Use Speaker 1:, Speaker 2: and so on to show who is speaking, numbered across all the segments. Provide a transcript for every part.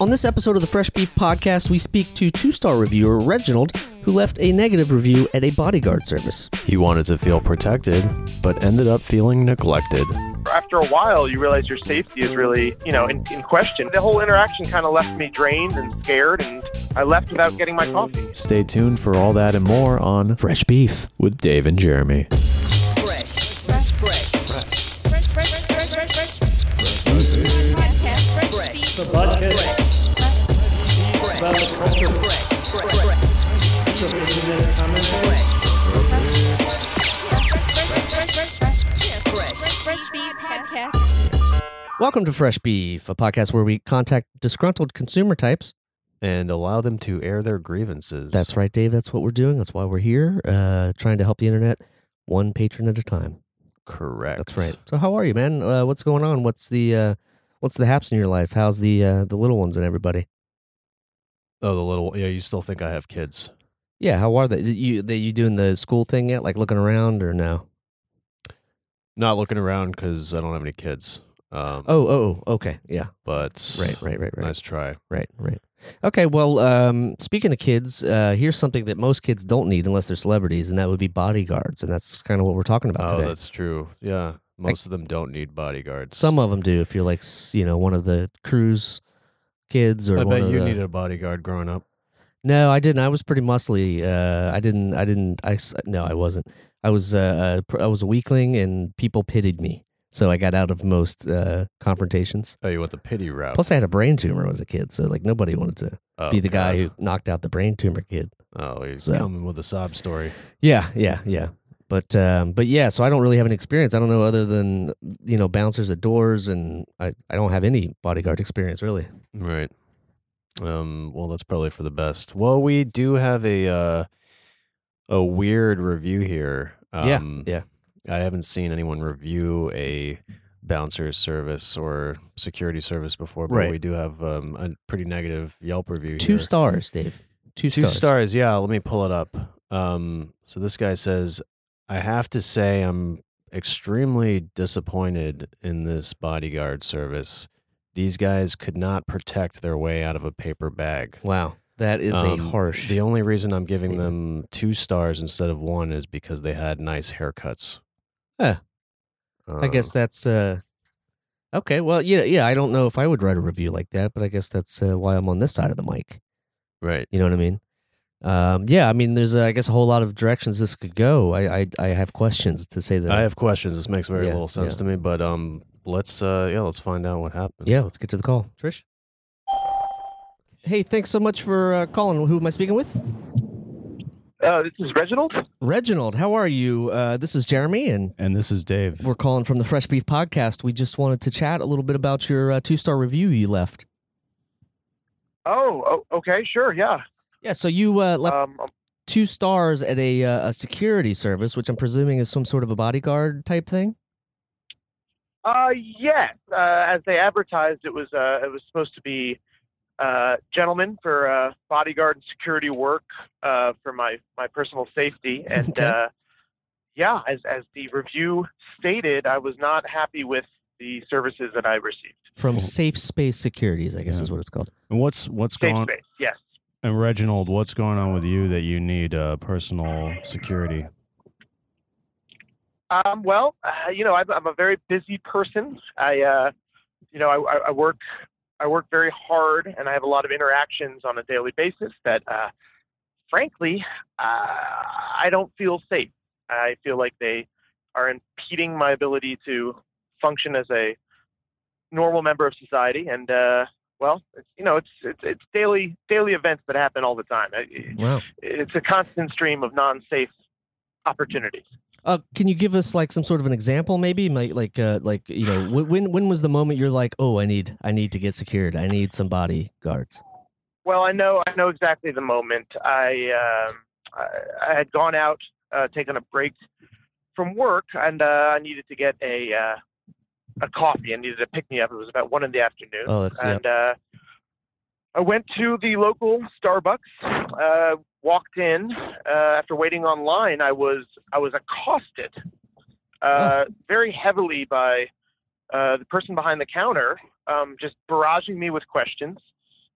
Speaker 1: On this episode of the Fresh Beef Podcast, we speak to two star reviewer Reginald, who left a negative review at a bodyguard service.
Speaker 2: He wanted to feel protected, but ended up feeling neglected.
Speaker 3: After a while, you realize your safety is really, you know, in, in question. The whole interaction kind of left me drained and scared, and I left without getting my coffee.
Speaker 2: Stay tuned for all that and more on
Speaker 1: Fresh Beef.
Speaker 2: with Dave and Jeremy.
Speaker 4: Fresh, fresh, fresh, fresh, fresh, fresh, fresh, fresh, fresh. Podcast, fresh beef. Fresh, fresh, fresh, fresh. Fresh, fresh, fresh, fresh, fresh, fresh. Fresh, fresh beef podcast.
Speaker 1: Welcome to Fresh Beef, a podcast where we contact disgruntled consumer types.
Speaker 2: And allow them to air their grievances.
Speaker 1: That's right, Dave. That's what we're doing. That's why we're here, uh, trying to help the internet one patron at a time.
Speaker 2: correct.
Speaker 1: That's right. So, how are you, man? Uh, what's going on? What's the uh, what's the haps in your life? How's the uh, the little ones and everybody?
Speaker 2: Oh, the little. Yeah, you still think I have kids.
Speaker 1: Yeah, how are they? You they, you doing the school thing yet? Like looking around or no?
Speaker 2: Not looking around because I don't have any kids. Um,
Speaker 1: Oh, oh, oh, okay, yeah,
Speaker 2: but
Speaker 1: right, right, right, right,
Speaker 2: Nice try.
Speaker 1: right, right. Okay, well, um, speaking of kids, uh, here's something that most kids don't need unless they're celebrities, and that would be bodyguards, and that's kind of what we're talking about
Speaker 2: oh,
Speaker 1: today.
Speaker 2: that's true. Yeah, most of them don't need bodyguards.
Speaker 1: Some of them do. If you're like, s- you know, one of the cruise kids or
Speaker 2: I
Speaker 1: one
Speaker 2: bet
Speaker 1: of
Speaker 2: you
Speaker 1: the-
Speaker 2: needed a bodyguard growing up.
Speaker 1: No, I didn't. I was pretty muscly. Uh, I didn't. I didn't. I s- no, I wasn't. I was. Uh, a pr- I was a weakling, and people pitied me, so I got out of most uh, confrontations.
Speaker 2: Oh, you want the pity route?
Speaker 1: Plus, I had a brain tumor as a kid, so like nobody wanted to
Speaker 2: Oh,
Speaker 1: be the guy who
Speaker 2: God.
Speaker 1: knocked out the brain tumor kid.
Speaker 2: Oh, he's
Speaker 1: So.
Speaker 2: coming with a sob story.
Speaker 1: Yeah, yeah, yeah. But um, but yeah, so I don't really have an experience. I don't know other than you know bouncers at doors, and I, I don't have any bodyguard experience really.
Speaker 2: Right. Um, well, that's probably for the best. Well, we do have a uh, a weird review here. Um,
Speaker 1: yeah,
Speaker 2: I haven't seen anyone review a bouncer service or security service before, but
Speaker 1: Right.
Speaker 2: we do have um, a pretty negative Yelp review.
Speaker 1: yeah. Two
Speaker 2: here.
Speaker 1: stars, Dave. Two,
Speaker 2: Two stars. Yeah, let me pull it up. Um, so this guy says, I have to say I'm extremely disappointed in this bodyguard service. These guys could not protect their way out of a paper bag.
Speaker 1: Wow, that is
Speaker 2: Um,
Speaker 1: a harsh.
Speaker 2: The only reason I'm giving
Speaker 1: statement.
Speaker 2: them two stars instead of one is because they had nice haircuts.
Speaker 1: Huh. I
Speaker 2: Um,
Speaker 1: guess that's uh okay. Well, yeah, yeah. I don't know if I would write a review like that, but I guess that's uh, why I'm on this side of the mic.
Speaker 2: right.
Speaker 1: You know what I mean? Um, yeah, I mean, there's uh, I guess a whole lot of directions this could go. I I, I have questions to say that.
Speaker 2: I have questions. This makes very
Speaker 1: Yeah,
Speaker 2: little sense
Speaker 1: yeah.
Speaker 2: to me, but um, let's uh, yeah, let's find out what happened.
Speaker 1: yeah, let's get to the call, Trish. Hey, thanks so much for uh, calling. Who am I speaking with?
Speaker 3: Uh, this is Reginald.
Speaker 1: Reginald. How are you? Uh, this is Jeremy, and
Speaker 5: And this is Dave.
Speaker 1: we're calling from the Fresh Beef Podcast. We just wanted to chat a little bit about your uh, two star review you left.
Speaker 3: Oh, oh okay, sure, yeah.
Speaker 1: Yeah, so you uh, left
Speaker 3: Um,
Speaker 1: two stars at a uh, a security service, which I'm presuming is some sort of a bodyguard type thing.
Speaker 3: Uh, yes. Uh, as they advertised, it was uh, it was supposed to be uh, gentlemen for uh, bodyguard and security work uh, for my my personal safety, and
Speaker 1: Okay.
Speaker 3: uh, yeah, as as the review stated, I was not happy with the services that I received.
Speaker 1: From
Speaker 5: Cool.
Speaker 1: Safe Space Securities, I guess
Speaker 5: Yeah.
Speaker 1: is what it's called.
Speaker 5: And what's what's
Speaker 3: Safe
Speaker 5: going on?
Speaker 3: space, yes.
Speaker 5: And Reginald, what's going on with you that you need uh, personal security?
Speaker 3: Um, well, uh, you know, I'm, I'm a very busy person. I, uh, you know, I, I- I work, I work very hard, and I have a lot of interactions on a daily basis that, uh, frankly, uh, I don't feel safe. I feel like they are impeding my ability to function as a normal member of society. And uh, well, it's, you know, it's, it's it's daily daily events that happen all the time. It-
Speaker 1: Wow.
Speaker 3: It's a constant stream of non-safe opportunities.
Speaker 1: Uh, can you give us like some sort of an example, maybe? Like, like, uh, like you know, wh- when when was the moment you're like, oh, I need I need to get secured. I need some bodyguards.
Speaker 3: Well, I know I know exactly the moment. I um, I, I had gone out, uh, taken a break from work, and uh, I needed to get a uh, a coffee. I needed to pick me up. It was about one in the afternoon,
Speaker 1: Oh, that's yeah.
Speaker 3: and uh, I went to the local Starbucks. Uh, walked in uh, after waiting online. I was I was accosted uh, very heavily by uh, the person behind the counter, um, just barraging me with questions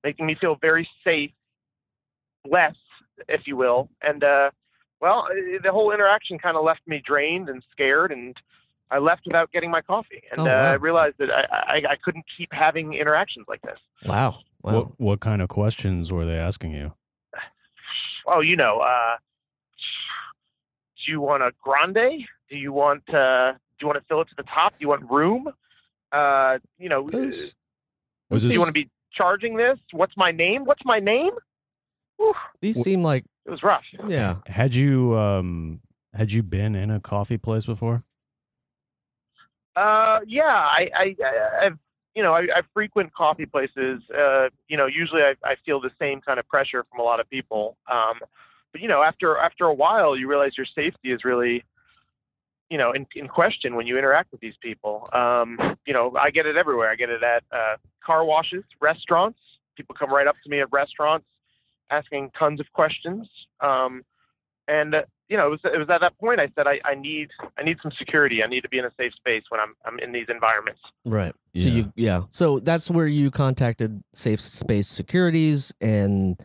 Speaker 3: making me feel very safe, less, if you will. And uh, well, eh, the whole interaction kind of left me drained and scared, and I left without getting my coffee. And
Speaker 1: Oh,
Speaker 3: uh, I
Speaker 1: wow.
Speaker 3: realized that I, I, I couldn't keep having interactions like this.
Speaker 1: Wow. Wow.
Speaker 5: What what kind of questions were they asking you?
Speaker 3: oh, you know, uh, do you want a grande? Do you want uh, do you want to fill it to the top? Do you want room? Uh, you know, uh,
Speaker 1: Those-
Speaker 3: do
Speaker 5: Was
Speaker 1: Those
Speaker 5: this
Speaker 3: you want to be charging this? What's my name? What's my name? Whew,
Speaker 1: These seem like
Speaker 3: it was rough.
Speaker 1: yeah.
Speaker 5: had you um had you been in a coffee place before?
Speaker 3: Uh, yeah, I, I, I I've, you know, I, I frequent coffee places. Uh, you know, usually I, I feel the same kind of pressure from a lot of people. Um, but you know, after after a while, you realize your safety is really, you know, in, in question when you interact with these people. Um, you know, I get it everywhere. I get it at uh, car washes, restaurants. People come right up to me at restaurants, asking tons of questions. Um, and uh, you know, it was, it was at that point I said, I, I need, I need some security. I need to be in a safe space when I'm, I'm in these environments.
Speaker 1: Right. So you yeah. So that's where you contacted Safe Space Securities and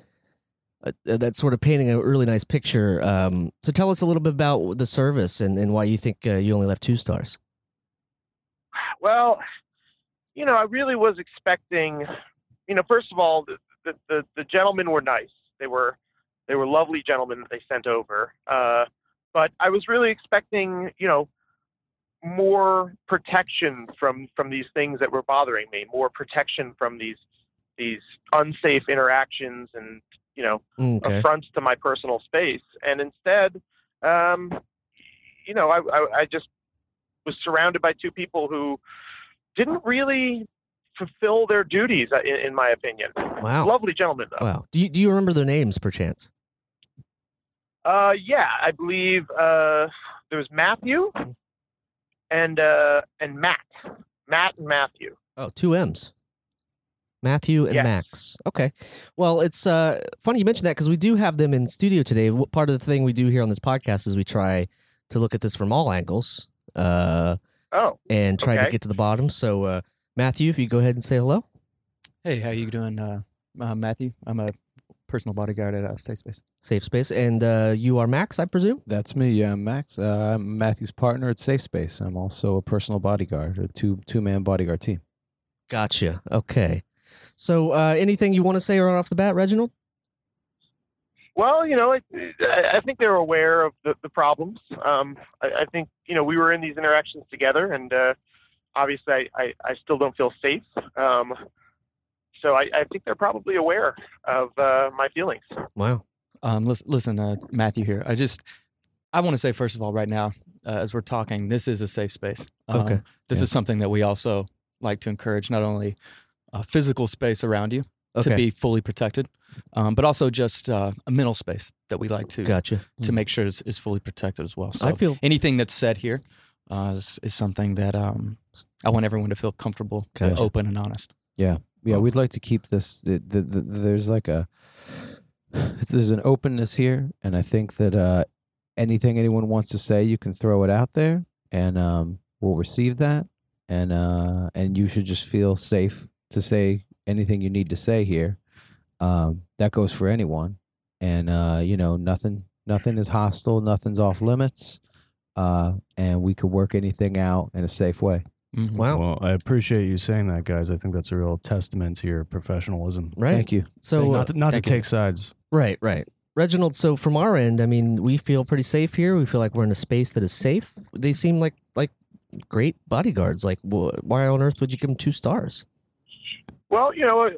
Speaker 1: uh, uh, that's sort of painting a really nice picture. Um, so tell us a little bit about the service and, and why you think uh, you only left two stars.
Speaker 3: Well, you know, I really was expecting, you know, first of all, the, the, the, the gentlemen were nice. They were, they were lovely gentlemen that they sent over. Uh, but I was really expecting, you know, more protection from, from these things that were bothering me, more protection from these, these unsafe interactions and, you know,
Speaker 1: Okay.
Speaker 3: affronts to my personal space. And instead, um, you know, I, I, I just was surrounded by two people who didn't really fulfill their duties, uh, in, in my opinion.
Speaker 1: Wow.
Speaker 3: Lovely gentlemen, though.
Speaker 1: Wow. Do you do you remember their names perchance?
Speaker 3: Uh, yeah, I believe uh, there was Matthew and uh, and Matt, Matt and Matthew.
Speaker 1: Oh, two M's. Matthew and
Speaker 3: Yes.
Speaker 1: Max. Okay. Well, it's uh, funny you mentioned that because we do have them in studio today. Wh- Part of the thing we do here on this podcast is we try to look at this from all angles uh,
Speaker 3: Oh,
Speaker 1: and try to
Speaker 3: Okay.
Speaker 1: get to the bottom. So, uh, Matthew, if you go ahead and say hello.
Speaker 6: Hey, how you doing, uh, uh, Matthew? I'm a personal bodyguard at uh, Safe Space.
Speaker 1: Safe space. And uh, you are Max, I presume?
Speaker 7: That's me, yeah, I'm Max. Uh, I'm Matthew's partner at Safe Space. I'm also a personal bodyguard, a two two man bodyguard team.
Speaker 1: Gotcha. Okay. So, uh, anything you want to say right off the bat, Reginald?
Speaker 3: Well, you know, it, I I think they were aware of the, the problems. Um, I, I think you know we were in these interactions together, and uh, obviously, I, I, I still don't feel safe. Um, so I, I think they're probably aware of uh, my feelings.
Speaker 1: Wow.
Speaker 6: Um, listen, listen uh, Matthew here. I just I want to say first of all, right now, uh, as we're talking, this is a safe space. Um,
Speaker 1: Okay.
Speaker 6: This is something that we also like to encourage, not only uh, physical space around you
Speaker 1: Okay.
Speaker 6: to be fully protected, um, but also just uh, a mental space that we like to
Speaker 1: gotcha.
Speaker 6: to make sure is, is fully protected as well. So
Speaker 1: I feel
Speaker 6: anything that's said here uh, is, is something that um, I want everyone to feel comfortable, uh,
Speaker 1: Gotcha.
Speaker 6: open, and honest.
Speaker 7: Yeah, we'd like to keep this. The, the, the, there's like a it's- there's an openness here, and I think that uh, anything anyone wants to say, you can throw it out there, and um, we'll receive that, and uh, and you should just feel safe to say anything you need to say here. Um, that goes for anyone, and uh, you know nothing nothing is hostile, nothing's off limits, uh, and we could work anything out in a safe way.
Speaker 6: Mhm.
Speaker 1: wow.
Speaker 5: Well, I appreciate you saying that, guys. I think that's a real testament to your professionalism.
Speaker 1: Right.
Speaker 7: Thank you.
Speaker 1: So, uh,
Speaker 5: not to, not to
Speaker 6: thank you.
Speaker 5: take sides.
Speaker 1: Right, right. Reginald, so from our end, I mean, we feel pretty safe here. We feel like we're in a space that is safe. They seem like like great bodyguards. Like, wh- why on earth would you give them two stars?
Speaker 3: Well, you know,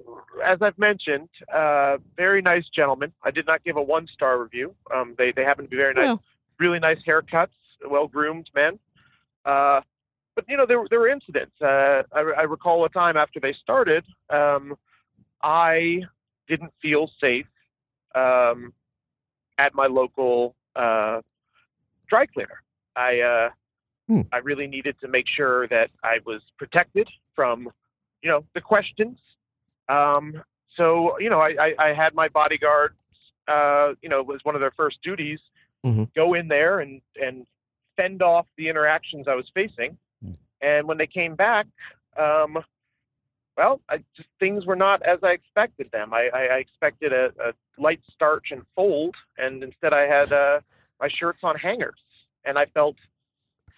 Speaker 3: as I've mentioned, uh, very nice gentlemen. I did not give a one star review. Um, they they happen to be very nice,
Speaker 1: Well.
Speaker 3: really nice haircuts, well groomed men. Uh, but you know, there were- there were incidents. Uh, I, I recall a time after they started, um, I didn't feel safe um, at my local uh, dry cleaner. I uh,
Speaker 1: Hmm.
Speaker 3: I really needed to make sure that I was protected from you know the questions. Um, so you know, I, I, I had my bodyguards. Uh, you know, it was one of their first duties.
Speaker 1: Mhm.
Speaker 3: Go in there and and fend off the interactions I was facing.
Speaker 7: Mm.
Speaker 3: And when they came back, um, well, I just things were not as I expected them. I, I, I expected a, a light starch and fold, and instead I had uh, my shirts on hangers, and I felt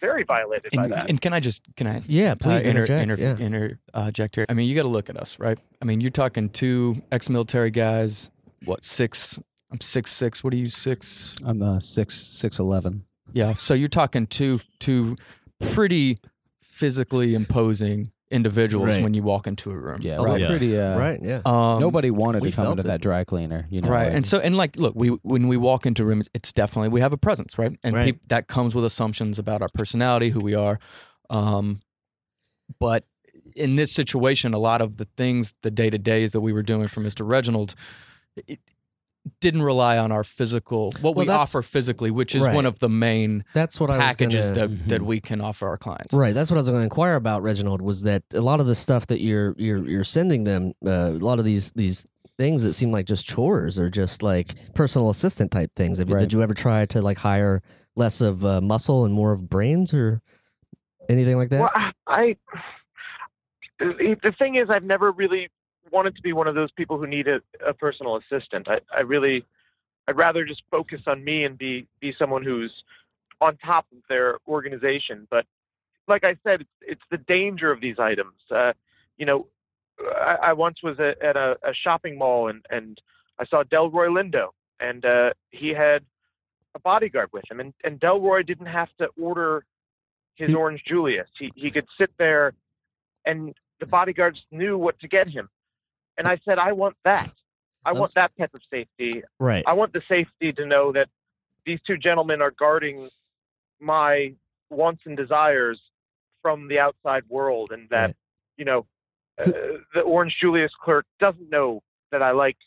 Speaker 3: very violated by
Speaker 6: And,
Speaker 3: that.
Speaker 6: and can I just can I
Speaker 1: Yeah,
Speaker 6: uh,
Speaker 1: please
Speaker 6: inter-
Speaker 1: interject.
Speaker 6: inter-
Speaker 1: yeah.
Speaker 6: interject here. I mean, you got to look at us, right? I mean, you're talking two ex-military guys. What six? I'm six six. What are you six?
Speaker 7: I'm uh, six six eleven.
Speaker 6: Yeah. So you're talking two two pretty physically imposing individuals
Speaker 1: Right.
Speaker 6: when you walk into a room.
Speaker 7: Yeah,
Speaker 1: Oh,
Speaker 7: we're
Speaker 1: yeah.
Speaker 7: pretty. Uh,
Speaker 1: right. Yeah.
Speaker 6: Um,
Speaker 7: Nobody wanted
Speaker 1: we
Speaker 7: to come
Speaker 1: felt
Speaker 7: into
Speaker 1: it.
Speaker 7: that dry cleaner, you know.
Speaker 6: right.
Speaker 7: like-
Speaker 6: and so and like, look, we when we walk into rooms, it's definitely we have a presence, right? And
Speaker 1: Right.
Speaker 6: peop- that comes with assumptions about our personality, who we are. Um, but in this situation, a lot of the things, the day to days that we were doing for Mr. Reginald, it didn't rely on our physical what
Speaker 1: Well,
Speaker 6: we
Speaker 1: that's-
Speaker 6: offer physically, which is
Speaker 1: Right.
Speaker 6: one of the main
Speaker 1: That's what I was
Speaker 6: packages
Speaker 1: gonna- Mm-hmm.
Speaker 6: that, that we can offer our clients.
Speaker 1: Right. That's what I was going to inquire about, Reginald. Was that a lot of the stuff that you're you're you're sending them? Uh, a lot of these these things that seem like just chores or just like personal assistant type things. Have you,
Speaker 7: Right.
Speaker 1: Did you ever try to like hire less of uh, muscle and more of brains or anything like that?
Speaker 3: Well, I- I the the thing is, I've never really wanted to be one of those people who need a, a personal assistant. I, I really, I'd rather just focus on me and be be someone who's on top of their organization. But like I said, it's, it's the danger of these items. Uh, you know, I, I once was a, at a, a shopping mall and and I saw Delroy Lindo, and uh, he had a bodyguard with him, and and Delroy didn't have to order his
Speaker 1: He-
Speaker 3: orange Julius. He he could sit there, and the bodyguards knew what to get him. And I said, I want that. I
Speaker 1: I'm
Speaker 3: want that type of safety.
Speaker 1: Right.
Speaker 3: I want the safety to know that these two gentlemen are guarding my wants and desires from the outside world, and that
Speaker 1: Right.
Speaker 3: you know uh, the Orange Julius clerk doesn't know that I like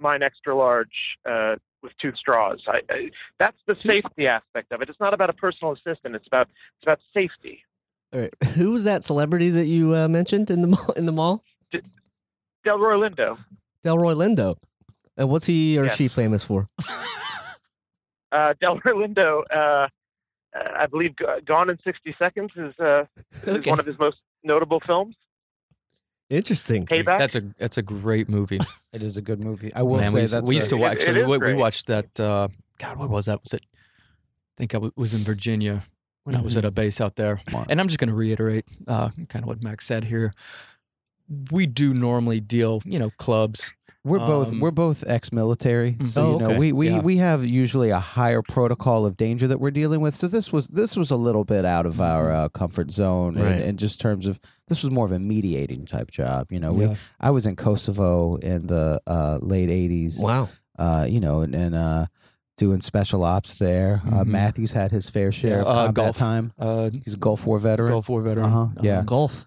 Speaker 3: mine extra large uh, with two straws. I, I, that's the
Speaker 1: Two-
Speaker 3: safety aspect of it. It's not about a personal assistant. It's about it's about safety.
Speaker 1: All right. Who was that celebrity that you uh, mentioned in the mall, in the mall?
Speaker 3: Delroy Lindo.
Speaker 1: Delroy Lindo. And what's he or
Speaker 3: Yes.
Speaker 1: she famous for?
Speaker 3: Uh, Delroy Lindo, uh, I believe, G- Gone in 60 Seconds is, uh, is
Speaker 1: Okay.
Speaker 3: one of his most notable films.
Speaker 1: Interesting.
Speaker 3: Payback.
Speaker 6: That's a that's a great movie.
Speaker 7: It is a good movie. I will
Speaker 6: Man,
Speaker 7: say
Speaker 6: we used,
Speaker 7: that's
Speaker 6: we
Speaker 7: a-
Speaker 6: used to
Speaker 3: It-
Speaker 6: watch.
Speaker 3: it
Speaker 6: Actually,
Speaker 3: is
Speaker 6: we, we
Speaker 3: great.
Speaker 6: watched that. Uh, God, what was that? Was it? I think I w- was in Virginia when
Speaker 7: Mm-hmm.
Speaker 6: I was at a base out there.
Speaker 7: Wow.
Speaker 6: And I'm just going to reiterate uh, kind of what Max said here. We do normally deal, you know, clubs.
Speaker 7: We're both
Speaker 6: Um,
Speaker 7: we're both ex-military, so
Speaker 1: Oh,
Speaker 7: you know
Speaker 1: okay.
Speaker 7: we we,
Speaker 6: Yeah.
Speaker 7: we have usually a higher protocol of danger that we're dealing with. So this was this was a little bit out of our uh, comfort zone,
Speaker 1: Right.
Speaker 7: and, and just terms of this was more of a mediating type job. You know, we I was in Kosovo in the uh, late '80s,
Speaker 1: Wow.
Speaker 7: uh, you know, and, and uh, doing special ops there. Uh,
Speaker 6: Mhm.
Speaker 7: Matthews had his fair share
Speaker 6: Yeah,
Speaker 7: of
Speaker 6: uh,
Speaker 7: combat
Speaker 6: Gulf.
Speaker 7: time.
Speaker 6: Uh,
Speaker 7: He's a Gulf War veteran.
Speaker 6: Gulf War veteran. uh,
Speaker 7: Uh-huh, yeah.
Speaker 1: Golf.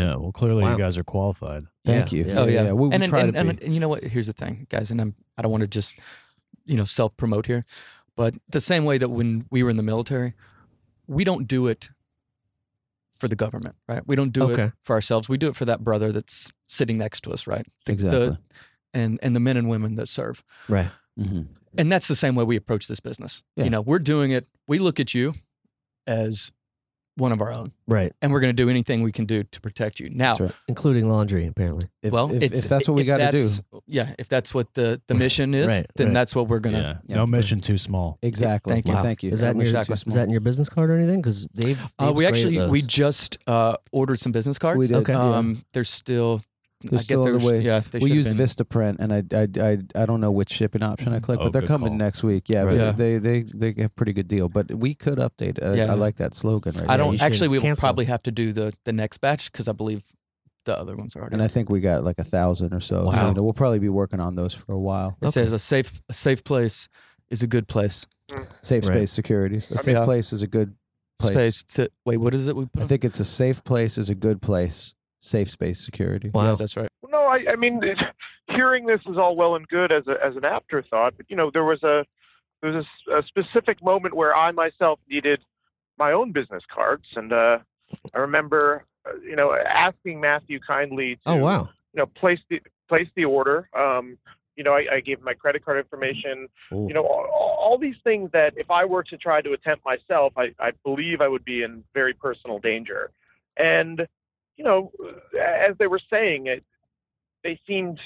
Speaker 5: Yeah. Well, clearly
Speaker 1: Wow.
Speaker 5: you guys are qualified.
Speaker 7: Thank
Speaker 1: Yeah,
Speaker 7: you.
Speaker 1: yeah.
Speaker 6: Oh, yeah.
Speaker 7: We, we
Speaker 6: and, and,
Speaker 7: try
Speaker 6: and,
Speaker 7: to be.
Speaker 6: and, and you know what? Here's the thing, guys, and I'm I don't want to just you know self promote here, but the same way that when we were in the military, we don't do it for the government, right? We don't do
Speaker 1: Okay.
Speaker 6: it for ourselves. We do it for that brother that's sitting next to us, right? The- the-
Speaker 7: exactly.
Speaker 6: and and the men and women that serve.
Speaker 1: Right.
Speaker 7: Mhm.
Speaker 6: And that's the same way we approach this business.
Speaker 7: Yeah.
Speaker 6: You know, we're doing it. We look at you as one of our own,
Speaker 1: Right.
Speaker 6: and we're going to do anything we can do to protect you. Now,
Speaker 7: That's right.
Speaker 1: Including laundry, apparently.
Speaker 7: If,
Speaker 6: well,
Speaker 7: if,
Speaker 6: it's,
Speaker 7: if that's what we
Speaker 6: if
Speaker 7: got to do,
Speaker 6: that's- Yeah, if that's what the, the mission is,
Speaker 1: Right,
Speaker 6: then
Speaker 1: right.
Speaker 6: that's what we're gonna.
Speaker 5: yeah.
Speaker 7: yeah.
Speaker 5: No mission too small.
Speaker 7: exactly.
Speaker 6: Thank you.
Speaker 7: Yeah, Thank you.
Speaker 1: Is that, in
Speaker 7: Don't
Speaker 1: your,
Speaker 7: be
Speaker 6: exactly.
Speaker 7: too
Speaker 1: is
Speaker 7: small.
Speaker 1: that in your business card or anything? Because they've,
Speaker 6: Uh,
Speaker 1: Dave's
Speaker 6: we
Speaker 1: great at
Speaker 6: actually
Speaker 1: those.
Speaker 6: we just uh, ordered some business cards.
Speaker 7: We did.
Speaker 1: Okay.
Speaker 7: yeah.
Speaker 6: Um, they're still.
Speaker 7: They're
Speaker 6: I guess
Speaker 7: still on
Speaker 6: they're.
Speaker 7: the way.
Speaker 6: Yeah, they
Speaker 7: we
Speaker 6: should have
Speaker 7: used
Speaker 6: been.
Speaker 7: Vistaprint, and I, I I I don't know which shipping option I clicked,
Speaker 5: Oh,
Speaker 7: but they're
Speaker 5: good
Speaker 7: coming
Speaker 5: call.
Speaker 7: next week. Yeah, but
Speaker 6: Yeah.
Speaker 7: they they they get a pretty good deal. But we could update. Uh,
Speaker 6: Yeah.
Speaker 7: I like that slogan. Right
Speaker 6: I
Speaker 1: you
Speaker 7: there.
Speaker 6: don't
Speaker 1: should
Speaker 6: actually. We will
Speaker 1: cancel.
Speaker 6: probably have to do the the next batch because I believe the other ones are already.
Speaker 7: And I think we got like a thousand or so. So
Speaker 6: Wow.
Speaker 7: you know, we'll probably be working on those for a while.
Speaker 6: it says a safe a safe place is a good place.
Speaker 7: Safe
Speaker 1: Right.
Speaker 7: space securities. A safe
Speaker 6: Yeah.
Speaker 7: place is a good place.
Speaker 6: Space to wait. What is it? We put.
Speaker 7: I
Speaker 6: on?
Speaker 7: think it's a safe place is a good place. Safe space security.
Speaker 6: Yeah,
Speaker 1: Wow.
Speaker 6: that's right.
Speaker 3: Well, no, I, I mean, it, hearing this is all well and good as a, as an afterthought, but you know, there was a there was a, s- a specific moment where I myself needed my own business cards, and uh, I remember, uh, you know, asking Matthew kindly to
Speaker 1: Oh, wow.
Speaker 3: you know place the place the order. Um, you know, I, I gave my credit card information. You know, all, all these things that if I were to try to attempt myself, I, I believe I would be in very personal danger. And you know, as they were saying it, they seemed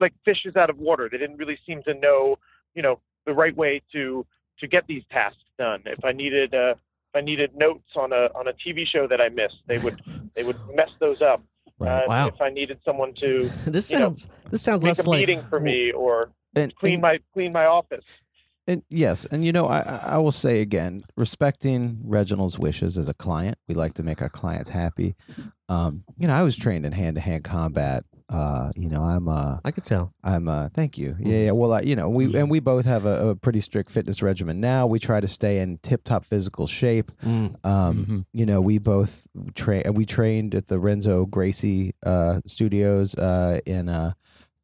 Speaker 3: like fishes out of water. They didn't really seem to know, you know, the right way to to get these tasks done. If I needed uh, if I needed notes on a on a TV show that I missed, they would they would mess those up.
Speaker 1: Right.
Speaker 3: Uh,
Speaker 1: Wow.
Speaker 3: If I needed someone to
Speaker 1: this
Speaker 3: you know,
Speaker 1: sounds this sounds
Speaker 3: make
Speaker 1: less
Speaker 3: a
Speaker 1: like
Speaker 3: meeting for me or
Speaker 7: And,
Speaker 3: clean
Speaker 7: and-
Speaker 3: my clean my office.
Speaker 7: and yes, and you know, I I I will say again, respecting Reginald's wishes as a client, we like to make our clients happy. Um, you know, I was trained in hand to hand combat. Uh, you know, I'm a
Speaker 1: I could tell.
Speaker 7: I'm uh thank you. Yeah, yeah. Well, I, you know, we and we both have a, a pretty strict fitness regimen now. We try to stay in tip-top physical shape.
Speaker 1: Mm.
Speaker 7: Um,
Speaker 6: Mhm.
Speaker 7: you know, we both train we trained at the Renzo Gracie uh studios uh in uh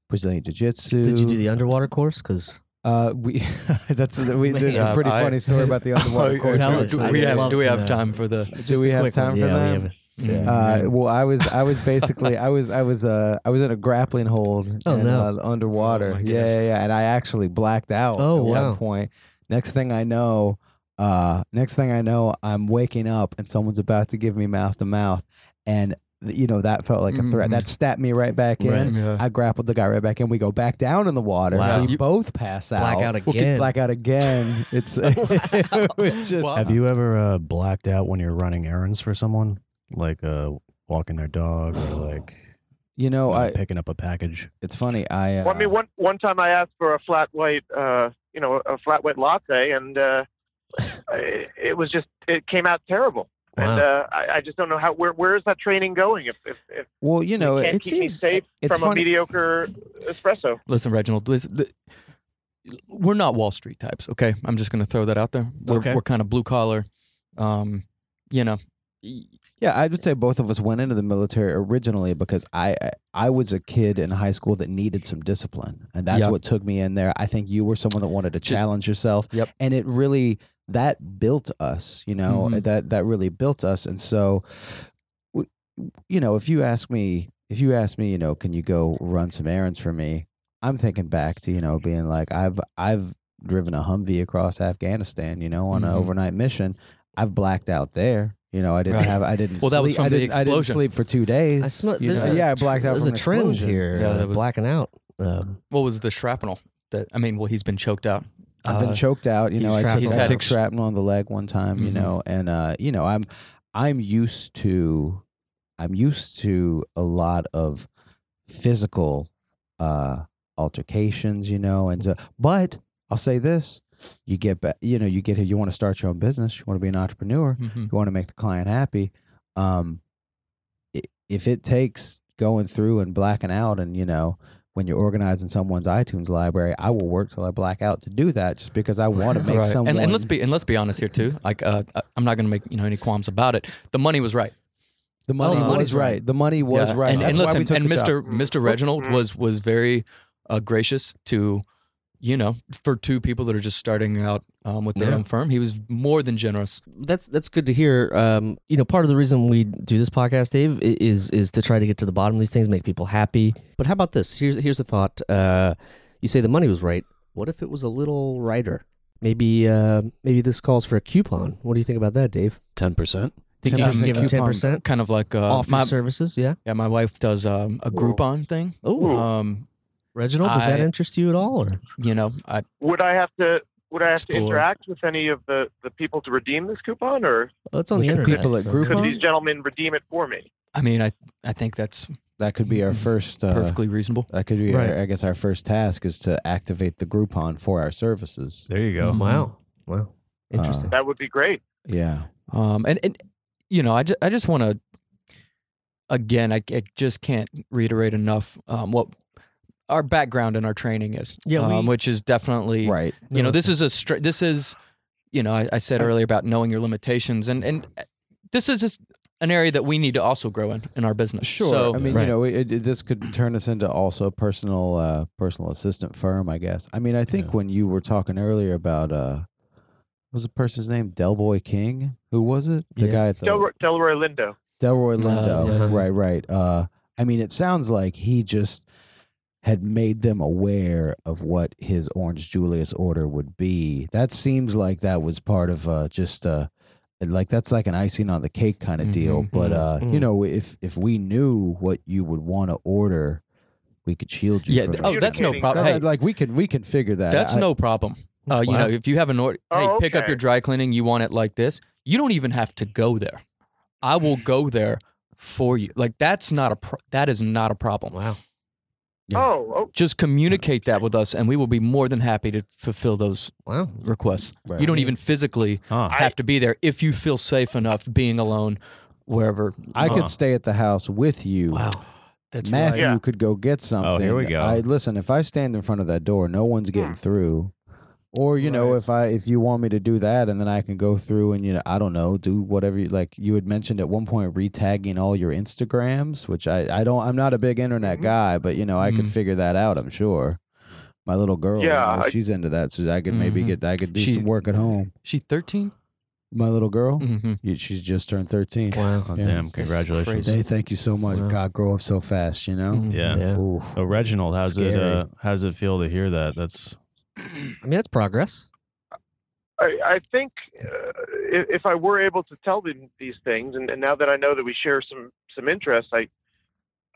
Speaker 7: Brazilian Jiu-Jitsu.
Speaker 1: Did you do the underwater course? Because
Speaker 7: Uh, we that's we, there's
Speaker 6: Yeah,
Speaker 7: a pretty
Speaker 6: I-
Speaker 7: funny story about the underwater
Speaker 6: Oh,
Speaker 7: course.
Speaker 1: Tell
Speaker 6: do-
Speaker 1: us.
Speaker 6: do
Speaker 1: I'd
Speaker 6: we have,
Speaker 1: love
Speaker 6: do we
Speaker 1: to
Speaker 6: have
Speaker 1: know.
Speaker 6: time for the?
Speaker 7: Do we have time for
Speaker 1: yeah, we
Speaker 7: that?
Speaker 1: have it.
Speaker 6: Mm.
Speaker 7: Uh, well, I was I was basically I was I was uh I was in a grappling hold
Speaker 1: Oh,
Speaker 7: and,
Speaker 1: no.
Speaker 7: uh, underwater.
Speaker 6: Oh, my
Speaker 7: yeah,
Speaker 6: gosh.
Speaker 7: yeah, yeah, and I actually blacked out.
Speaker 1: Oh,
Speaker 7: at
Speaker 1: wow.
Speaker 7: one point. Next thing I know, uh, next thing I know, I'm waking up and someone's about to give me mouth to mouth, and th- you know that felt like a threat.
Speaker 6: Mhm.
Speaker 7: That stabbed me right back in.
Speaker 1: Right.
Speaker 6: Yeah.
Speaker 7: I grappled the guy right back in. We go back down in the water.
Speaker 1: Wow.
Speaker 7: We
Speaker 6: You-
Speaker 7: both pass out.
Speaker 1: Blackout
Speaker 7: We'll get
Speaker 1: again.
Speaker 7: Blackout again. It's it was just
Speaker 6: Well,
Speaker 5: Have you ever uh, blacked out when you're running errands for someone, like uh, walking their dog or like
Speaker 7: you know
Speaker 5: uh,
Speaker 7: Oh, I.
Speaker 5: picking up a package?
Speaker 7: It's funny. I. Uh,
Speaker 3: Well, I mean, one one time I asked for a flat white, uh, you know, a flat white latte, and uh, it, it was just it came out terrible. And
Speaker 1: Wow.
Speaker 3: uh, I, I just don't know how where where is that training going? If if, if
Speaker 7: well, you know,
Speaker 3: it can't
Speaker 7: it
Speaker 3: keep me
Speaker 7: seems
Speaker 3: safe
Speaker 7: it's
Speaker 3: from a
Speaker 7: funny.
Speaker 3: mediocre espresso.
Speaker 6: Listen, Reginald, listen, the, we're not Wall Street types, okay? I'm just going to throw that out there. We're,
Speaker 1: Okay.
Speaker 6: we're kind of blue collar, um, you know.
Speaker 7: Yeah, I would say both of us went into the military originally because I I, I was a kid in high school that needed some discipline, and that's
Speaker 6: Yeah.
Speaker 7: what took me in there. I think you were someone that wanted to
Speaker 6: Just-
Speaker 7: challenge yourself,
Speaker 6: Yep.
Speaker 7: and it really that built us. You know,
Speaker 6: Mhm.
Speaker 7: that that really built us, and so w- you know, if you ask me, if you ask me, you know, can you go run some errands for me? I'm thinking back to you know being like I've I've driven a Humvee across Afghanistan, you know, on
Speaker 6: Mhm.
Speaker 7: an overnight mission. I've blacked out there. You know, I didn't
Speaker 6: Right.
Speaker 7: have I didn't
Speaker 6: Well, that was
Speaker 7: sleep- I
Speaker 6: from the
Speaker 7: didn't- I didn't
Speaker 6: explosion.
Speaker 7: sleep for two days.
Speaker 1: I smell.
Speaker 7: you
Speaker 1: There's
Speaker 7: know?
Speaker 1: a,
Speaker 7: yeah, I blacked out
Speaker 1: There's
Speaker 7: from
Speaker 1: a
Speaker 7: an
Speaker 1: trend
Speaker 7: explosion.
Speaker 1: here.
Speaker 6: Yeah,
Speaker 1: uh,
Speaker 6: that was-
Speaker 1: blacking out. Um,
Speaker 6: What was the shrapnel? That I mean, well, he's been choked out.
Speaker 7: I've been
Speaker 6: Uh,
Speaker 7: choked out. You know, I
Speaker 1: he's
Speaker 7: took,
Speaker 1: shrapnel.
Speaker 7: I took shrapnel on the leg one time. You
Speaker 6: Mhm.
Speaker 7: know, and uh, you know, I'm I'm used to I'm used to a lot of physical uh, altercations. You know, and so, but I'll say this: you get back. You know, you get here. You want to start your own business. You want to be an entrepreneur.
Speaker 6: mhm.
Speaker 7: you want to make the client happy um i- if it takes going through and blacking out and you know when you're organizing someone's iTunes library, I will work till I black out to do that just because I want to make
Speaker 6: Right.
Speaker 7: someone.
Speaker 6: And, and let's be and let's be honest here too. Like, uh, I- I'm not going to make you know any qualms about it. The money was right.
Speaker 7: the money
Speaker 6: Oh, the money's
Speaker 7: was right.
Speaker 6: right.
Speaker 7: The money was
Speaker 6: Yeah,
Speaker 7: right.
Speaker 6: And,
Speaker 7: That's
Speaker 6: and
Speaker 7: why
Speaker 6: listen,
Speaker 7: we took
Speaker 6: and
Speaker 7: the job.
Speaker 6: Mr. Mr. Reginald
Speaker 3: Mm.
Speaker 6: was was very uh, gracious to, you know, for two people that are just starting out um, with their
Speaker 1: Yeah.
Speaker 6: own firm. He was more than generous.
Speaker 1: that's that's good to hear. Um, you know, part of the reason we do this podcast, Dave, i- is is to try to get to the bottom of these things, make people happy. But how about this? Here's here's a thought. Uh, you say the money was right. What if it was a little righter? Maybe uh, maybe this calls for a coupon. What do you think about that, Dave?
Speaker 2: Ten percent.
Speaker 1: Think you
Speaker 6: 10%
Speaker 1: can give him ten
Speaker 7: coupon.
Speaker 1: percent
Speaker 6: Kind of like uh,
Speaker 1: off
Speaker 6: my
Speaker 1: your services? Yeah.
Speaker 6: yeah, my wife does um, a Groupon thing.
Speaker 1: Oh,
Speaker 6: Um,
Speaker 1: Reginald, does that
Speaker 6: I-
Speaker 1: interest you at all? Or
Speaker 6: you know, I
Speaker 3: Would I have to would I have to
Speaker 6: Explore.
Speaker 3: interact with any of the the people to redeem this coupon, or
Speaker 1: oh, it's on
Speaker 7: Look
Speaker 1: the
Speaker 7: at
Speaker 1: internet.
Speaker 7: people at
Speaker 1: so-
Speaker 7: Groupon.
Speaker 3: could these gentlemen redeem it for me?
Speaker 6: I mean, I I think that's
Speaker 7: That could be our first. Uh,
Speaker 6: perfectly reasonable.
Speaker 7: That could be,
Speaker 1: Right.
Speaker 7: our, I guess, our first task is to activate the Groupon for our services.
Speaker 5: There you go.
Speaker 6: Mhm.
Speaker 1: Wow. Wow. Interesting.
Speaker 3: That would be great.
Speaker 7: Yeah.
Speaker 6: Um, and and you know, I just I just want to again, I, I just can't reiterate enough um, what our background and our training is.
Speaker 1: Yeah, we-
Speaker 6: um, which is definitely
Speaker 7: Right.
Speaker 6: you know
Speaker 1: No,
Speaker 6: this is a str- this is you know I, I said earlier about knowing your limitations and and uh, this is just an area that we need to also grow in in our business
Speaker 7: Sure.
Speaker 6: so
Speaker 7: I mean,
Speaker 1: Right.
Speaker 7: you know, it, it- this could turn us into also a personal uh, personal assistant firm, I guess. I mean, I think
Speaker 5: Yeah.
Speaker 7: when you were talking earlier about uh, what was the person's name Delboy King? Who was it? The
Speaker 1: Yeah.
Speaker 7: guy at the
Speaker 3: Delroy, Delroy Lindo.
Speaker 7: Delroy
Speaker 6: Uh,
Speaker 7: Lindo.
Speaker 1: yeah.
Speaker 7: Right, right. Uh, I mean, it sounds like he just had made them aware of what his Orange Julius order would be. That seems like that was part of uh, just uh, like that's like an icing on the cake kind of deal.
Speaker 6: Mhm,
Speaker 7: But
Speaker 1: mhm,
Speaker 7: uh, you
Speaker 1: mhm.
Speaker 7: know, if if we knew what you would want to order, we could shield you.
Speaker 6: Yeah.
Speaker 7: from
Speaker 6: th-
Speaker 7: it.
Speaker 6: Oh, that's no
Speaker 3: Communicating.
Speaker 6: problem.
Speaker 7: No,
Speaker 6: Hey,
Speaker 7: like we can we can figure that.
Speaker 6: that's
Speaker 7: I-
Speaker 6: no problem. Uh, you
Speaker 1: Wow.
Speaker 6: know, if you have an order, hey,
Speaker 3: Oh,
Speaker 6: pick up
Speaker 3: okay.
Speaker 6: your dry cleaning. You want it like this. You don't even have to go there. I will
Speaker 3: Mm.
Speaker 6: go there for you. Like that's not a pro- that is not a problem.
Speaker 1: Wow.
Speaker 7: Yeah.
Speaker 3: Oh, oh,
Speaker 6: Just communicate that with us, and we will be more than happy to fulfill those
Speaker 1: Wow.
Speaker 6: requests.
Speaker 7: Right.
Speaker 6: You don't even physically
Speaker 5: Huh.
Speaker 3: I-
Speaker 6: have to be there if you feel safe enough being alone wherever.
Speaker 7: I
Speaker 5: Huh.
Speaker 7: could stay at the house with you.
Speaker 1: Wow.
Speaker 6: That's
Speaker 7: Matthew
Speaker 3: Yeah.
Speaker 7: could go get something.
Speaker 5: we go.
Speaker 7: I listen. If I stand in front of that door, no one's getting through. Or you know,
Speaker 6: Right.
Speaker 7: if I if you want me to do that, and then I can go through and you know, I don't know, do whatever. You, like you had mentioned at one point, retagging all your Instagrams, which I I don't. I'm not a big internet
Speaker 3: Mhm.
Speaker 7: guy, but you know, I could
Speaker 6: Mm.
Speaker 7: figure that out. I'm sure. My little girl, you
Speaker 3: Yeah,
Speaker 7: know,
Speaker 3: I-
Speaker 7: she's into that, so I could maybe
Speaker 6: Mhm.
Speaker 7: get I could do
Speaker 6: She-
Speaker 7: some work at home.
Speaker 6: She 13?
Speaker 7: My little girl,
Speaker 6: Mm-hmm.
Speaker 7: you- she's just turned 13.
Speaker 1: Wow.
Speaker 5: Oh,
Speaker 7: Yeah.
Speaker 5: damn!
Speaker 6: That's
Speaker 5: Congratulations.
Speaker 6: crazy.
Speaker 7: Hey, thank you so much.
Speaker 1: Wow.
Speaker 7: God, grow up so fast, you
Speaker 6: mm-hmm.
Speaker 7: know.
Speaker 5: Yeah.
Speaker 1: Yeah.
Speaker 7: Ooh.
Speaker 5: Oh, Reginald, how's it?
Speaker 7: Scary.
Speaker 5: Uh, how's it feel to hear that? That's
Speaker 1: I mean, that's progress.
Speaker 3: I, I think uh, if, if I were able to tell them these things, and, and now that I know that we share some some interests, I,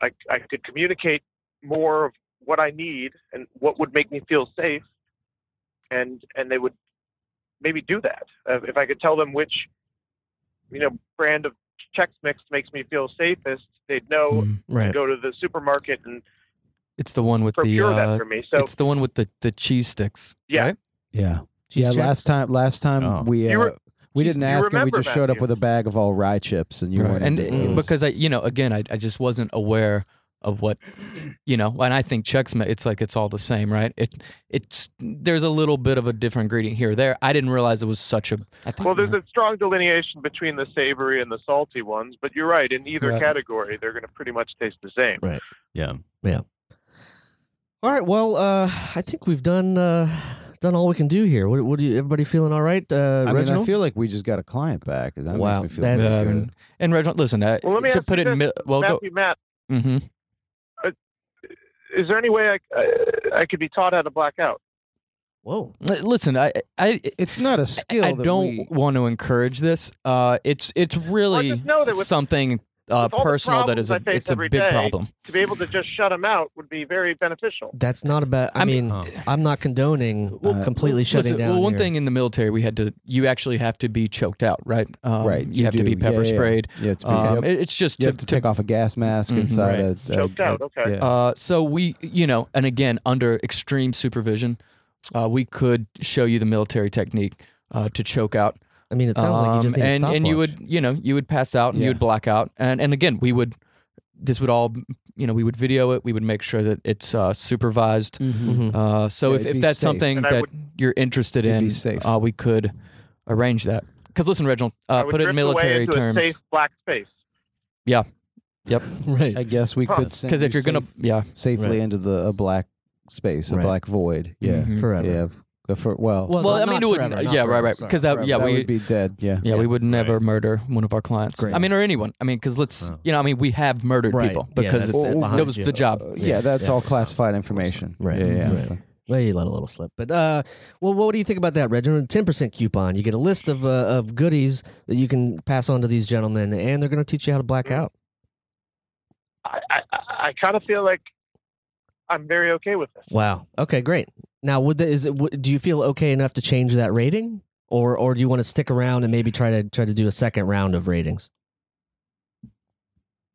Speaker 3: I I could communicate more of what I need and what would make me feel safe, and and they would maybe do that uh, if I could tell them which you know brand of Chex Mix makes me feel safest. They'd know
Speaker 6: Mm.
Speaker 1: Right.
Speaker 3: go to the supermarket and
Speaker 6: It's the one with the
Speaker 3: procure
Speaker 6: uh,
Speaker 3: that for me. So
Speaker 6: it's the one with the, the cheese sticks.
Speaker 3: Yeah.
Speaker 6: Right?
Speaker 7: Yeah.
Speaker 1: Cheese
Speaker 7: yeah,
Speaker 1: chips?
Speaker 7: last time last time
Speaker 5: Oh.
Speaker 7: we uh,
Speaker 3: You re-
Speaker 7: we
Speaker 3: Jeez,
Speaker 7: didn't
Speaker 3: you
Speaker 7: ask and we
Speaker 3: remember,
Speaker 7: just showed up
Speaker 3: Matthew.
Speaker 7: with a bag of all rye chips and you
Speaker 6: Right.
Speaker 7: weren't
Speaker 6: And
Speaker 7: into
Speaker 6: and
Speaker 7: those.
Speaker 6: because I, you know, again, I, I just wasn't aware of what, you know, and I think Chex, Ma- it's like it's all the same, right? It it's there's a little bit of a different ingredient here or there. I didn't realize it was such a
Speaker 1: I think
Speaker 3: Well, there's a strong delineation between the savory and the salty ones, but you're right. In either
Speaker 6: Right.
Speaker 3: category, they're going to pretty much taste the same.
Speaker 5: yeah.
Speaker 1: All right. Well, uh, I think we've done uh, done all we can do here. What, what do you, everybody feeling? All right, uh,
Speaker 7: I mean, I
Speaker 1: Reginald?
Speaker 7: feel like we just got a client back. and That
Speaker 1: Wow,
Speaker 7: makes me feel
Speaker 1: that's-
Speaker 7: pretty
Speaker 1: Yeah, I
Speaker 7: good.
Speaker 6: and, and Reginald, listen, uh,
Speaker 3: Well, let me
Speaker 6: to
Speaker 3: ask
Speaker 6: put
Speaker 3: you
Speaker 6: it in,
Speaker 3: this,
Speaker 6: mid- well, go,
Speaker 3: Matthew, Matt,
Speaker 6: hmm
Speaker 3: is there any way I, uh, I, I could be taught how to black out?
Speaker 1: Whoa.
Speaker 6: mm-hmm. listen, I, I,
Speaker 7: it's not a
Speaker 6: I-
Speaker 7: skill.
Speaker 6: I
Speaker 7: that
Speaker 6: don't
Speaker 7: we-
Speaker 6: want to encourage this. Uh, it's it's really
Speaker 3: just know that with-
Speaker 6: something uh,
Speaker 3: with all the
Speaker 6: personal that is a,
Speaker 3: problems I face
Speaker 6: it's a
Speaker 3: every
Speaker 6: big
Speaker 3: day,
Speaker 6: problem.
Speaker 3: To be able to just shut them out would be very beneficial.
Speaker 1: That's not about. I,
Speaker 6: I
Speaker 1: mean,
Speaker 6: mean-
Speaker 5: Oh.
Speaker 1: I'm not condoning uh,
Speaker 7: Well,
Speaker 1: completely shutting
Speaker 6: Listen,
Speaker 1: down.
Speaker 6: Uh, well, one
Speaker 1: here.
Speaker 6: thing in the military, we had to you actually have to be choked out, right? Um,
Speaker 7: right.
Speaker 6: You, have to
Speaker 7: do.
Speaker 6: be pepper
Speaker 7: Yeah, yeah, yeah.
Speaker 6: sprayed.
Speaker 7: Yeah, it's
Speaker 6: Um,
Speaker 7: yep.
Speaker 6: it- it's just
Speaker 7: you
Speaker 6: to,
Speaker 7: have to take off a gas mask
Speaker 6: Mhm,
Speaker 7: inside
Speaker 6: right.
Speaker 7: a, a,
Speaker 3: Choked
Speaker 7: a-
Speaker 3: out, okay.
Speaker 7: yeah.
Speaker 6: Uh, so we, you know, and again, under extreme supervision, uh, we could show you the military technique uh, to choke out.
Speaker 1: I mean, it sounds like you just
Speaker 6: Um,
Speaker 1: need
Speaker 6: and
Speaker 1: a
Speaker 6: and you
Speaker 1: stopwatch.
Speaker 6: would you know you would pass out and
Speaker 7: Yeah.
Speaker 6: you would black out and and again we would this would all you know we would video it we would make sure that it's uh, supervised
Speaker 1: Mhm.
Speaker 6: uh, so
Speaker 7: Yeah,
Speaker 6: if,
Speaker 7: it'd
Speaker 6: if
Speaker 7: be
Speaker 6: that's
Speaker 7: safe.
Speaker 6: something
Speaker 3: And I
Speaker 6: that
Speaker 3: would-
Speaker 6: you're interested
Speaker 7: It'd be
Speaker 6: in
Speaker 7: safe.
Speaker 6: Uh, we could arrange that because listen Reginald
Speaker 3: I
Speaker 6: uh,
Speaker 3: would
Speaker 6: put it in
Speaker 3: drift away
Speaker 6: military
Speaker 3: into a
Speaker 6: terms
Speaker 3: safe black space.
Speaker 1: Mm-hmm. right.
Speaker 7: I guess we
Speaker 3: Huh.
Speaker 7: could send
Speaker 6: because if
Speaker 7: you
Speaker 6: you're gonna
Speaker 7: safe-
Speaker 6: yeah
Speaker 7: safely
Speaker 1: Right.
Speaker 7: into the a black space, a
Speaker 1: Right.
Speaker 7: black void. Yeah.
Speaker 6: Mhm.
Speaker 1: Forever.
Speaker 7: Yeah. f- For, well,
Speaker 1: Well,
Speaker 6: well
Speaker 1: not-
Speaker 6: I mean
Speaker 1: not
Speaker 6: it would
Speaker 1: forever, not
Speaker 6: yeah right
Speaker 1: forever,
Speaker 6: right
Speaker 1: sorry.
Speaker 6: because that yeah
Speaker 7: that
Speaker 6: we
Speaker 7: would be dead. Yeah.
Speaker 6: yeah, we would never
Speaker 5: Right.
Speaker 6: murder one of our clients.
Speaker 1: Great.
Speaker 6: I mean, or anyone. I mean, because let's,
Speaker 5: Wow.
Speaker 6: you know, I mean, we have murdered
Speaker 1: Right.
Speaker 6: people
Speaker 1: Yeah,
Speaker 6: because
Speaker 1: that's
Speaker 6: it's,
Speaker 7: it
Speaker 6: that
Speaker 1: behind
Speaker 6: was
Speaker 1: you.
Speaker 6: the job.
Speaker 7: Uh, yeah, that's
Speaker 1: Yeah.
Speaker 7: all classified information.
Speaker 1: Right.
Speaker 7: Yeah, yeah.
Speaker 1: Right. Well, you let a little slip, but uh, well, what do you think about that, Reginald? Ten percent coupon. You get a list of uh, of goodies that you can pass on to these gentlemen, and they're going to teach you how to
Speaker 6: Mm.
Speaker 1: black out.
Speaker 3: I, I, I kind of feel like I'm very okay with this.
Speaker 1: Wow. Okay, great. Now, would the, is it? would- Do you feel okay enough to change that rating, or or do you want to stick around and maybe try to try to do a second round of ratings?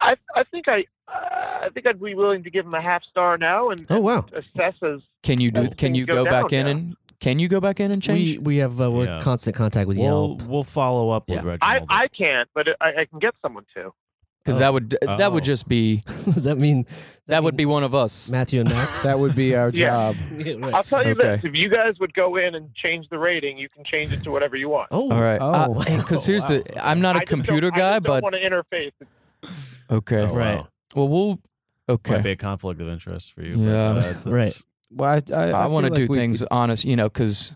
Speaker 3: I, I think I, I think I'd be willing to give them a half star now and,
Speaker 1: Oh wow.
Speaker 3: and assess as
Speaker 6: Can you do?
Speaker 3: Those
Speaker 6: Can
Speaker 3: things
Speaker 6: you go,
Speaker 3: go
Speaker 6: back
Speaker 3: down
Speaker 6: in
Speaker 3: now.
Speaker 6: and can you go back in and change?
Speaker 1: We we have uh, we're
Speaker 5: Yeah.
Speaker 1: in constant contact with
Speaker 5: We'll
Speaker 1: Yelp.
Speaker 5: we'll follow up with
Speaker 1: Yeah.
Speaker 5: Reginald.
Speaker 3: I, I can't, but I, I can get someone to.
Speaker 6: Because that would that would
Speaker 5: Oh.
Speaker 6: just be
Speaker 1: Does that mean
Speaker 6: that would
Speaker 1: mean
Speaker 6: be one of us.
Speaker 1: Matthew and Max?
Speaker 7: That would be our
Speaker 3: Yeah.
Speaker 7: job.
Speaker 1: Yeah, right.
Speaker 3: I'll tell you
Speaker 6: Okay.
Speaker 3: this: if you guys would go in and change the rating, you can change it to whatever you want.
Speaker 1: Oh,
Speaker 6: All right.
Speaker 7: Oh.
Speaker 6: Because here's
Speaker 5: Wow.
Speaker 6: the I'm not
Speaker 3: I
Speaker 6: a
Speaker 3: just don't-
Speaker 6: computer
Speaker 3: I
Speaker 6: guy,
Speaker 3: just don't
Speaker 6: but
Speaker 3: want to interface.
Speaker 6: okay.
Speaker 5: Oh,
Speaker 1: Right.
Speaker 5: wow.
Speaker 6: Well, we'll
Speaker 5: Might
Speaker 6: okay.
Speaker 5: be a conflict of interest for you. but,
Speaker 6: Yeah.
Speaker 5: uh,
Speaker 1: Right.
Speaker 5: that's-
Speaker 7: Well, I, I,
Speaker 6: I, want to
Speaker 7: feel like
Speaker 6: do
Speaker 7: we-
Speaker 6: things honest, you know, because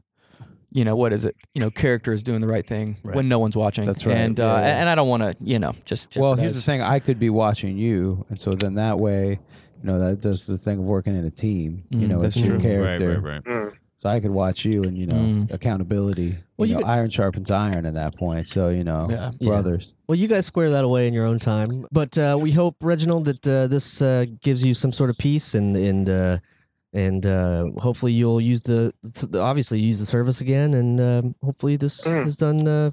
Speaker 6: you know what is it? You know, character is doing the right thing
Speaker 1: Right.
Speaker 6: when no one's watching.
Speaker 7: That's right.
Speaker 6: And uh,
Speaker 7: Yeah, yeah.
Speaker 6: and I don't want to, you know, just
Speaker 7: Well, here's the
Speaker 6: jeopardize-
Speaker 7: thing: I could be watching you, and so then that way, you know, that that's the thing of working in a team. You
Speaker 6: Mm,
Speaker 7: know,
Speaker 6: that's
Speaker 7: it's your
Speaker 6: true.
Speaker 7: character.
Speaker 5: Right. Right. Right.
Speaker 3: Mm.
Speaker 7: So I could watch you and, you know,
Speaker 6: Mm.
Speaker 7: accountability.
Speaker 1: Well,
Speaker 7: you,
Speaker 1: you
Speaker 7: know,
Speaker 1: could-
Speaker 7: iron sharpens iron at that point. So, you know,
Speaker 6: Yeah.
Speaker 1: Yeah.
Speaker 7: brothers.
Speaker 1: Well, you guys square that away in your own time, but uh, we hope Reginald that uh, this uh, gives you some sort of peace and and uh, and uh, hopefully you'll use the obviously use the service again, and um, hopefully this
Speaker 3: Mm.
Speaker 1: has done uh,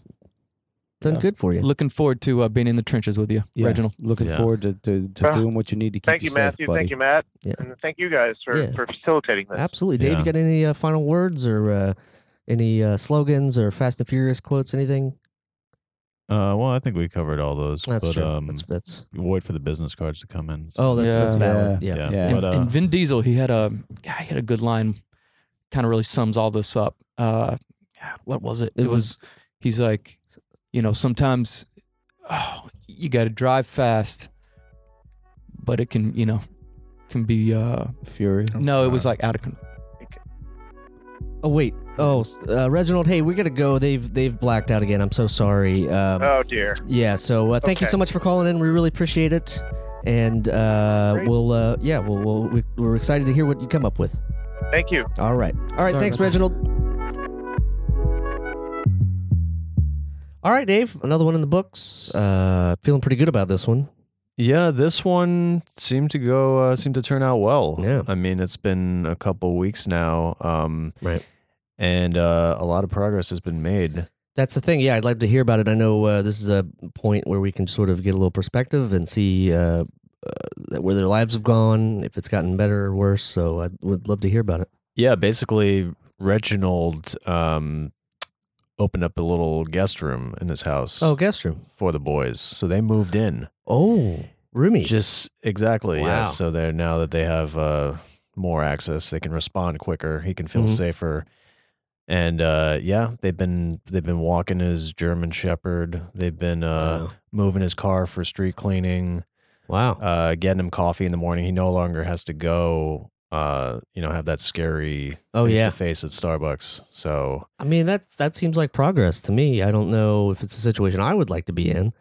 Speaker 1: done
Speaker 6: Yeah.
Speaker 1: good for you.
Speaker 6: Looking forward to uh, being in the trenches with you,
Speaker 7: Yeah.
Speaker 6: Reginald.
Speaker 7: Looking
Speaker 2: Yeah.
Speaker 7: forward to, to, to
Speaker 3: Yeah.
Speaker 7: doing what you need to keep
Speaker 3: Thank you,
Speaker 7: safe,
Speaker 3: Matthew.
Speaker 7: buddy.
Speaker 3: Thank you, Matt.
Speaker 1: Yeah.
Speaker 3: And thank you guys for,
Speaker 1: Yeah.
Speaker 3: for facilitating this.
Speaker 1: Absolutely, Dave. You
Speaker 2: Yeah.
Speaker 1: got any uh, final words or uh, any uh, slogans or Fast and Furious quotes? Anything?
Speaker 8: Uh, well, I think we covered all those.
Speaker 1: That's
Speaker 8: but,
Speaker 1: true.
Speaker 8: Um,
Speaker 1: that's that's.
Speaker 8: wait for the business cards to come in.
Speaker 1: Oh, that's that's
Speaker 6: Yeah.
Speaker 1: valid. Yeah.
Speaker 8: yeah.
Speaker 7: Yeah.
Speaker 6: And,
Speaker 8: But, uh,
Speaker 6: and Vin Diesel, he had a yeah, he had a good line, kind of really sums all this up. Uh, God, what was it?
Speaker 1: It
Speaker 8: Mm-hmm.
Speaker 6: It, was, he's like, you know, sometimes oh, you got to drive fast, but it can you know can be uh
Speaker 7: Fury.
Speaker 6: no, it was like out of control.
Speaker 1: Oh wait. Oh, s- uh, Reginald. Hey, we gotta go. They've they've blacked out again. I'm so sorry. Um,
Speaker 3: Oh dear.
Speaker 1: Yeah. So uh, thank you
Speaker 3: Okay.
Speaker 1: so much for calling in. We really appreciate it, and uh,
Speaker 3: Great.
Speaker 1: we'll uh, yeah, we'll, we'll we- we're excited to hear what you come up with.
Speaker 3: Thank you.
Speaker 1: All right. All right.
Speaker 7: Sorry
Speaker 1: thanks,
Speaker 7: about that.
Speaker 1: Reginald. All right, Dave. Another one in the books. Uh, feeling pretty good about this one.
Speaker 2: Yeah, this one seemed to go uh, seemed to turn out well.
Speaker 1: Yeah.
Speaker 2: I mean, it's been a couple weeks now, um,
Speaker 1: Right.
Speaker 2: and uh, a lot of progress has been made.
Speaker 1: That's the thing. Yeah, I'd like to hear about it. I know uh, this is a point where we can sort of get a little perspective and see uh, uh, where their lives have gone, if it's gotten better or worse. So I would love to hear about it.
Speaker 2: Yeah, basically, Reginald um, opened up a little guest room in his house
Speaker 1: Oh, guest room.
Speaker 2: for the boys, so they moved in.
Speaker 1: Oh, roomies.
Speaker 2: Just exactly,
Speaker 1: Wow.
Speaker 2: yeah. So they're now that they have uh, more access, they can respond quicker. He can feel
Speaker 1: Mhm.
Speaker 2: safer, and uh, yeah, they've been they've been walking his German Shepherd. They've been uh, moving his car for street cleaning,
Speaker 1: wow.
Speaker 2: uh, getting him coffee in the morning. He no longer has to go, uh, you know, have that scary
Speaker 1: Oh,
Speaker 2: face
Speaker 1: yeah.
Speaker 2: to face at Starbucks. So
Speaker 1: I mean, that's that seems like progress to me. I don't know if it's a situation I would like to be in,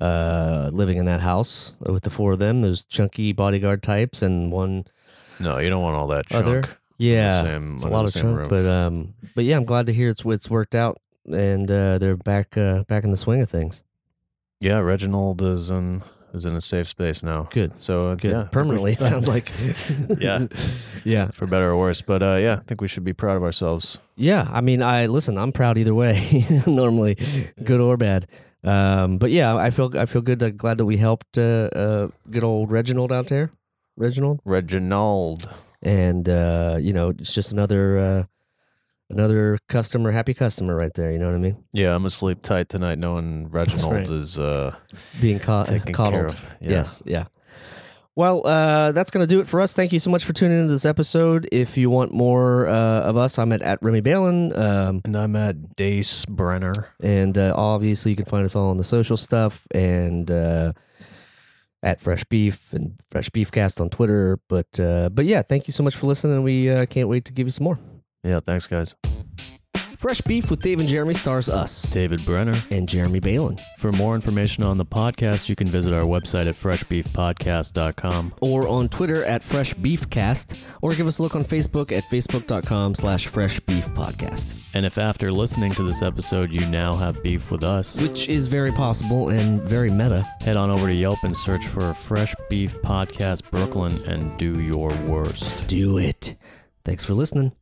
Speaker 1: uh, living in that house with the four of them, those chunky bodyguard types, and one.
Speaker 2: no, you don't want all that
Speaker 1: Are
Speaker 2: junk.
Speaker 1: there- Yeah,
Speaker 2: same,
Speaker 1: it's a
Speaker 2: under
Speaker 1: lot
Speaker 2: the
Speaker 1: of
Speaker 2: same
Speaker 1: chunk,
Speaker 2: roof.
Speaker 1: but um, but yeah, I'm glad to hear it's it's worked out and uh, they're back uh, back in the swing of things.
Speaker 2: yeah, Reginald is in is in a safe space now.
Speaker 1: Good,
Speaker 2: So uh,
Speaker 1: good,
Speaker 2: yeah,
Speaker 1: permanently. It sounds like.
Speaker 2: Yeah.
Speaker 1: yeah,
Speaker 2: for better or worse. But uh, yeah, I think we should be proud of ourselves.
Speaker 1: yeah. I mean, I listen. I'm proud either way. normally, good or bad. Um, but yeah, I feel I feel good. Uh, glad that we helped uh, uh, good old Reginald out there. Reginald.
Speaker 2: Reginald.
Speaker 1: and uh, you know it's just another uh, another customer, happy customer right there. You know what I mean?
Speaker 2: Yeah, I'm asleep tight tonight knowing Reginald
Speaker 1: right.
Speaker 2: is uh,
Speaker 1: Being ca-
Speaker 2: taken care
Speaker 1: coddled.
Speaker 2: of. Yeah.
Speaker 1: Yes, yeah. Well, uh, that's going to do it for us. Thank you so much for tuning into this episode. If you want more uh, of us, I'm at, at Remy Balin. Um,
Speaker 2: And I'm at Dace Brenner.
Speaker 1: and uh, obviously, you can find us all on the social stuff and uh, at Fresh Beef and Fresh Beefcast on Twitter. But uh, but yeah, thank you so much for listening. We uh, can't wait to give you some more.
Speaker 2: Yeah, thanks, guys.
Speaker 1: Fresh Beef with Dave and Jeremy stars us
Speaker 8: David Brenner.
Speaker 1: and Jeremy Balin.
Speaker 8: For more information on the podcast, you can visit our website at freshbeefpodcast.com.
Speaker 1: or on Twitter at Fresh Beef Cast, or give us a look on Facebook at facebook.com slash Fresh Beef Podcast,
Speaker 8: And if after listening to this episode you now have beef with us,
Speaker 1: which is very possible and very meta.
Speaker 8: head on over to Yelp and search for Fresh Beef Podcast Brooklyn and do your worst.
Speaker 1: Do it. Thanks for listening.